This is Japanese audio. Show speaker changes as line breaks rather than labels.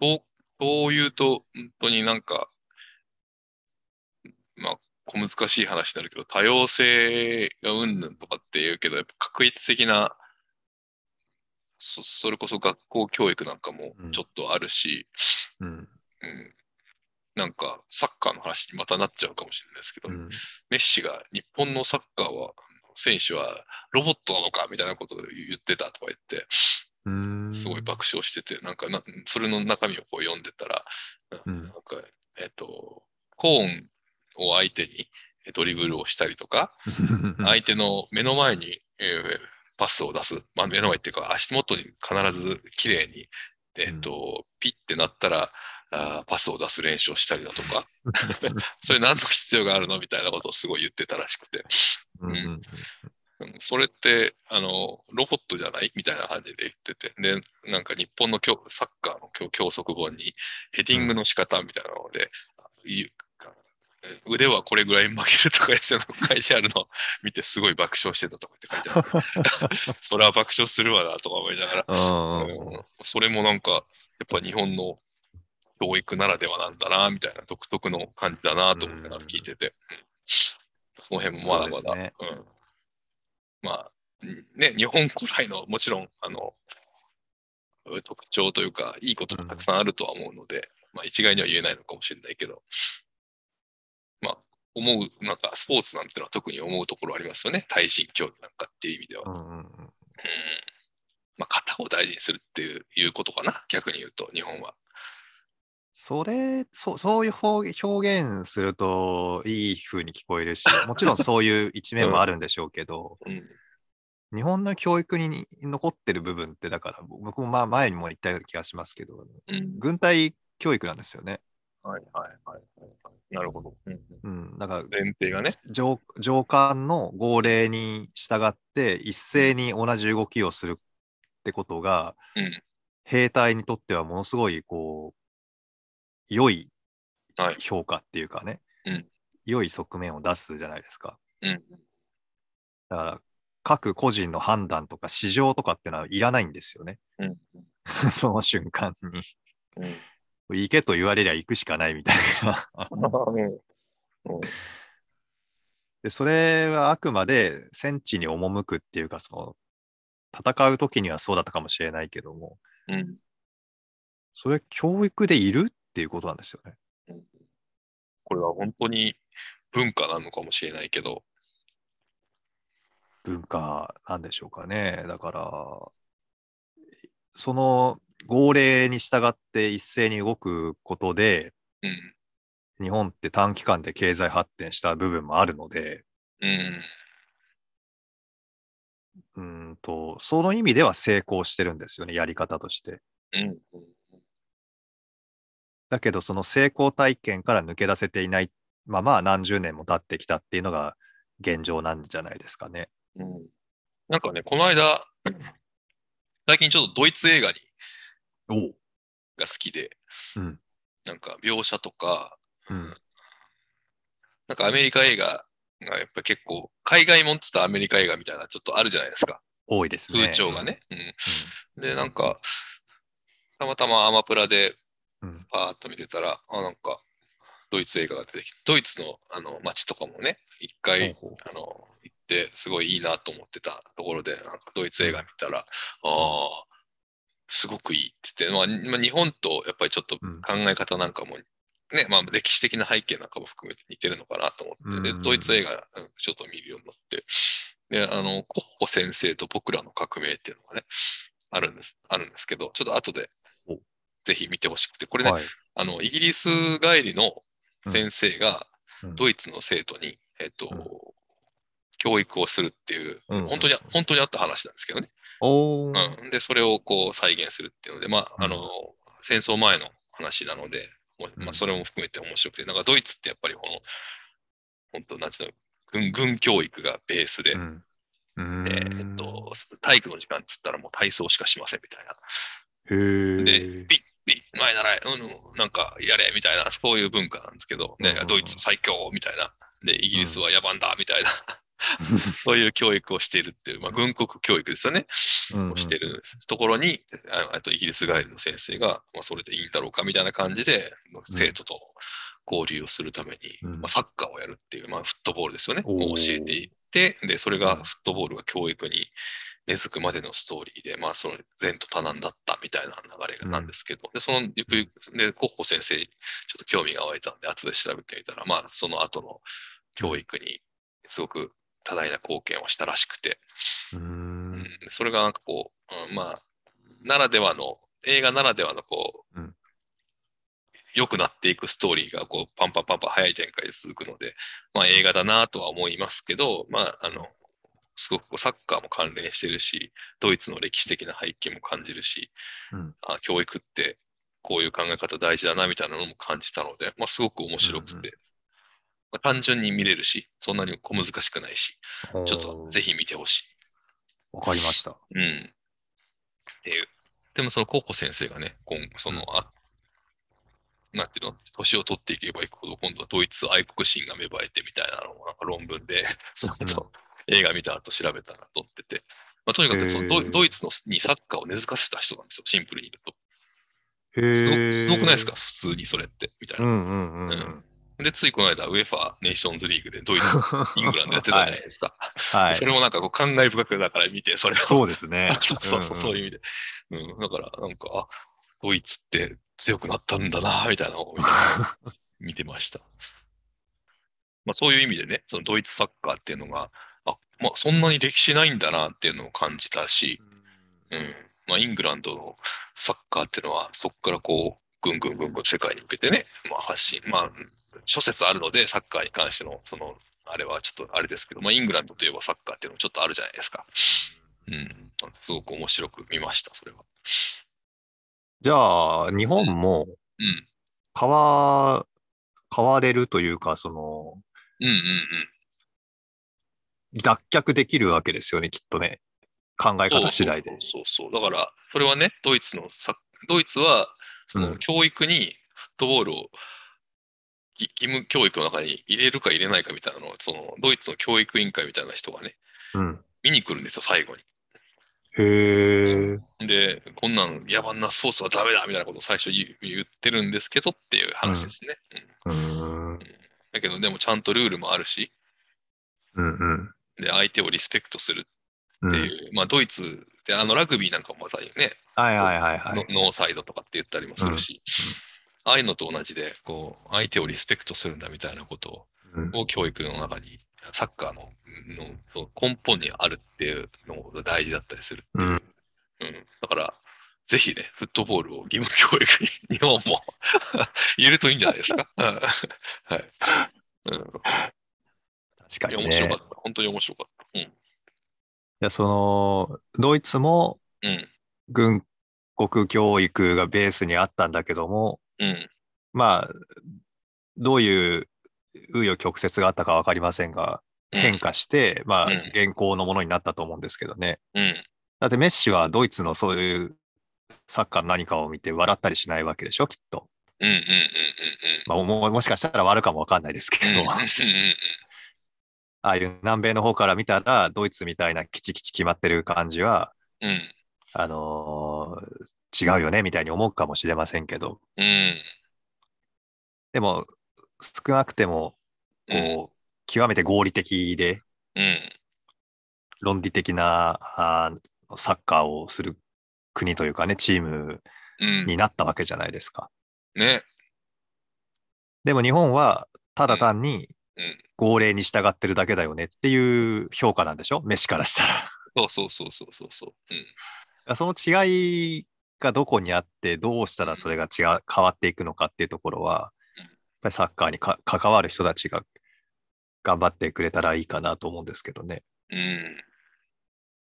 そう、そう言うと、本当になんか、まあ、小難しい話になるけど、多様性がうんぬんとかって言うけど、やっぱ確一的な、そ、それこそ学校教育なんかも
うん
ちょっとあるし、
うん。
うん、なんかサッカーの話にまたなっちゃうかもしれないですけど、
うん。
メッシが日本のサッカーは、選手はロボットなのかみたいなことを言ってたとか言って、
うん。
すごい爆笑してて、なんかな、それの中身をこう読んでたら、
うん
なんか、えっと、コーンを相手にえドリブルをしたりとか、 相手の目の前に、えーパスを出す、まあ、目の前っていうか、足元に必ず綺麗に、えっと、ピッてなったら、あーパスを出す練習をしたりだとか、それ何の必要があるのみたいなことをすごい言ってたらしくて、
うんうん
うんそれって、あの、ロボットじゃないみたいな感じで言ってて、で、なんか日本の教サッカーの教教則本にヘディングの仕方みたいなので、いう腕はこれぐらい曲げるとか言って書いてあるのを見てすごい爆笑してたとかって書いてある。それは爆笑するわなとか思いながら、
あ
うんそれもなんか、やっぱ日本の教育ならではなんだな、みたいな独特の感じだなと思いながら聞いてて、うんその辺もまだま
そう
だ、
ですね
うんまあ、うんね、日本古来のもちろん、あの、特徴というか、いいこともたくさんあるとは思うので、まあ一概には言えないのかもしれないけど、まあ、思う、なんかスポーツなんてのは特に思うところありますよね。対人競技なんかっていう意味では。
あ。うんうんうん
うんまあ、型を大事にするっていういうことかな、逆に言うと、日本は。
それ、そそういう表表現するといい風に聞こ えるし、もちろんそういう一面もあるんでしょうけど、
うん、
日本の教育に残ってる部分って、だから僕もまあ前にも言ったような気がしますけど、
うん、
軍隊教育なんですよね。
はいはいはい、はい。なるほど。うん、
うん、だから
前提がね。
上上官の号令に従って一斉に同じ動きをするってことが
うん、
兵隊にとってはものすごいこう良い
はい
評価っていうかね、
うん
良い側面を出すじゃないですか
うん、
だから各個人の判断とか市場とかってのはいらないんですよね
うん、
その瞬間に
うん。
行けと言われりゃ行くしかないみたいな で、それはあくまで戦地に赴くっていうか、その、戦う時にはそうだったかもしれないけども、
うん、
それ教育でいるっていうことなんですよね。
これは本当に文化なのかもしれないけど、
文化なんでしょうかね。だから、その号令に従って一斉に動くことで、
うん、
日本って短期間で経済発展した部分もあるので、
うん、
うーんと、その意味では成功してるんですよね、やり方として。
うん、うん、
だけど、その成功体験から抜け出せていないまま何十年も経ってきたっていうのが現状なんじゃないですかね。
うん。なんかね、この間、最近ちょっとドイツ映画に
おう。
が好きで、
うん。
なんか描写とか、
うん。
なんかアメリカ映画がやっぱ結構、海外もんっつったらアメリカ映画みたいなちょっとあるじゃないですか。
多いですね。
風潮がね。うん、で、なんか、たまたまアマプラで
うん。うん。
パーッと見てたら、あ、なんか、ドイツ映画が出てきて、ドイツのあの街とかもね、一回、
ほうほう
あの、行って、すごいいいなと思ってたところで、なんかドイツ映画見たら、ああ、すごくいいって言って、まあ、まあ日本とやっぱりちょっと
うん
考え方なんかも、ね、まあ歴史的な背景なんかも含めて似てるのかなと思って、で
うん、
ドイツ映画うんちょっと見るようになって、で、あの、コッホ先生と僕らの革命っていうのがね、あるんです、あるんですけど、ちょっと後で
お、
ぜひ見てほしくて、これね、
はい。
あの、イギリス帰りの先生が
うん、
ドイツの生徒に、えっ
うん
と、教育をするっていう、
うん
本当に、本当にあった話なんですけどね。
おー
うん。で、それをこう再現するっていうので、ま
う
あ、
ん
あの、戦争前の話なので、もう
う
まあ、
ん
それも含めて面白くて、なんかドイツってやっぱりこの、本当、なんていうの、軍、軍教育がベースで、
うん。
で
うーん
えっと、体育の時間っつったらもう体操しかしませんみたいな。
へー
で、ピッピッ、前ならえ、うん、なんかやれみたいな、そういう文化なんですけど、
うん
ね
うんうん、
ドイツ最強みたいな、で、イギリスは野蛮だみたいな、そういう教育をしているっていう、まあ、軍国教育ですよね。
うんうん
をしてるところに、ああとイギリス帰りの先生が、まあ、それでいいんだろうかみたいな感じで、生徒と交流をするために、
うん
まあ、サッカーをやるっていう、まあ、フットボールですよね。
おー
を教えていって、で、それ
うん
がフットボールが教育に根付くまでのストーリーで、まあ、その前途多難だったみたいな流れがなんですけど、で、そのゆくゆく、で、コッホ先生、ちょっと興味が湧いたんで、後で調べてみたら、まあ、その後の教育にすごく多大な貢献をしたらしくて、
うー
うんんそれがなんかこう、うんまあ、ならではの、映画ならではのこう、
うん
良くなっていくストーリーがこうパンパンパンパン早い展開で続くので、まあ映画だなとは思いますけど、まああの、すごくこうサッカーも関連してるし、ドイツの歴史的な背景も感じるし、
うん
あ教育ってこういう考え方大事だなみたいなのも感じたので、まあすごく面白くて、
うんうん
まあ、単純に見れるし、そんなに小難しくないし、
おー
ちょっとぜひ見てほしい。
わかりました。
うん。っていう。でもその高校先生がね、今その、あ、なんていうの年を取っていけばいくほど、今度はドイツ愛国心が芽生えてみたいなのをなんか論文で、 その後、映画見た後調べたら撮ってて、まあ、とにかくそのド
へ
イ
ー
ドイツのにサッカーを根付かせた人なんですよ、シンプルに言うと。
へ
すご
ー
くすごくないですか普通にそれって、みたいうな。
んうんうんう。
うんで、ついこの間、ウェファーネーションズリーグでドイツ、 イングランドやってたじゃないですか。
はい。
それもなんかこう感慨深くだから見て、それを。
そうですね
そうそうそう、そういう
う
意味で。うん、だから、なんか、あ、ドイツって強くなったんだな、みたいなのを見て見てました。まあ、そういう意味でね、そのドイツサッカーっていうのが、あ、まあ、そんなに歴史ないんだなっていうのを感じたし、
んうん。
うん。まあ、イングランドのサッカーっていうのは、そこからこう、ぐんぐんぐんぐん世界に向けてね、まあ、発信、まあ、諸説あるので、サッカーに関しての、その、あれはちょっとあれですけど、まあ、イングランドといえばサッカーっていうのもちょっとあるじゃないですか。うん、すごく面白く見ました、それは。
じゃあ、日本も
うん、
変わ、変われるというか、その、
うん、うん、
脱却できるわけですよね、きっとね。考え
うん。
方次第で。
そうそうそうそうだから、それはね、ドイツのサッ、ドイツは、そうの
ん
教育にフットボールを、ぎ義務教育の中に入れるか入れないかみたいなのを、そのドイツの教育委員会みたいな人がね、
うん。
見に来るんですよ、最後
へえ。
に。で、こんなん野蛮なスポーツはダメだみたいなことを最初言う言ってるんですけどっていう話ですね。うん
うーん。
だけど、でもちゃんとルールもあるし、
うんうん。
で、相手をリスペクトする
う
って
ん。
いう、まあドイツで、あのラグビーなんかもまさにね、
はいはいはいは
の
い。
ノーサイドとかって言ったりもするし、ああいうのと同じで、こう、相手をリスペクトするんだみたいなこと
うん
を教育の中に、サッカーののその根本にあるっていうのが大事だったりするっていう。う
う
んんだから、ぜひね、フットボールを義務教育に日本も 入れるといいんじゃないですか。うんはい。う
確か
ん、いや
に
面白か
ね
っ。た。本当に面白かった。うん。
いや、その、ドイツも
うん。
軍国教育がベースにあったんだけども、
うん。
まあ、どういう紆余曲折があったかわかりませんが、変化して、まあ
うん、
現行のものになったと思うんですけどね。
うん。
だってメッシはドイツのそういうサッカーの何かを見て笑ったりしないわけでしょ、きっと。
うん。うん。うん。うん。
まあ、ももしかしたら悪かもわかんないですけ
うん。
ど、
うん。 う
あ
ん。
あいう南米の方から見たら、ドイツみたいなキチキチ決まってる感じは、
うん。
あのー違うよね、みたいに思うかもしれませんけど、
うん。
でも、少なくても、こう、
うん
極めて合理的で、
うん。
論理的なあーサッカーをする国というかね、チーム
うん。
になったわけじゃないですか。
ね。
でも日本はただ単に
うんうん
号令に従ってるだけだよねっていう評価なんでしょ飯からした
そうそうそうそうそうそう。うん。
ら。 その違いがどこにあって、どうしたらそれが違う変わっていくのかっていうところは、
うん
やっぱりサッカーにか関わる人たちが頑張ってくれたらいいかなと思うんですけどね。
うん。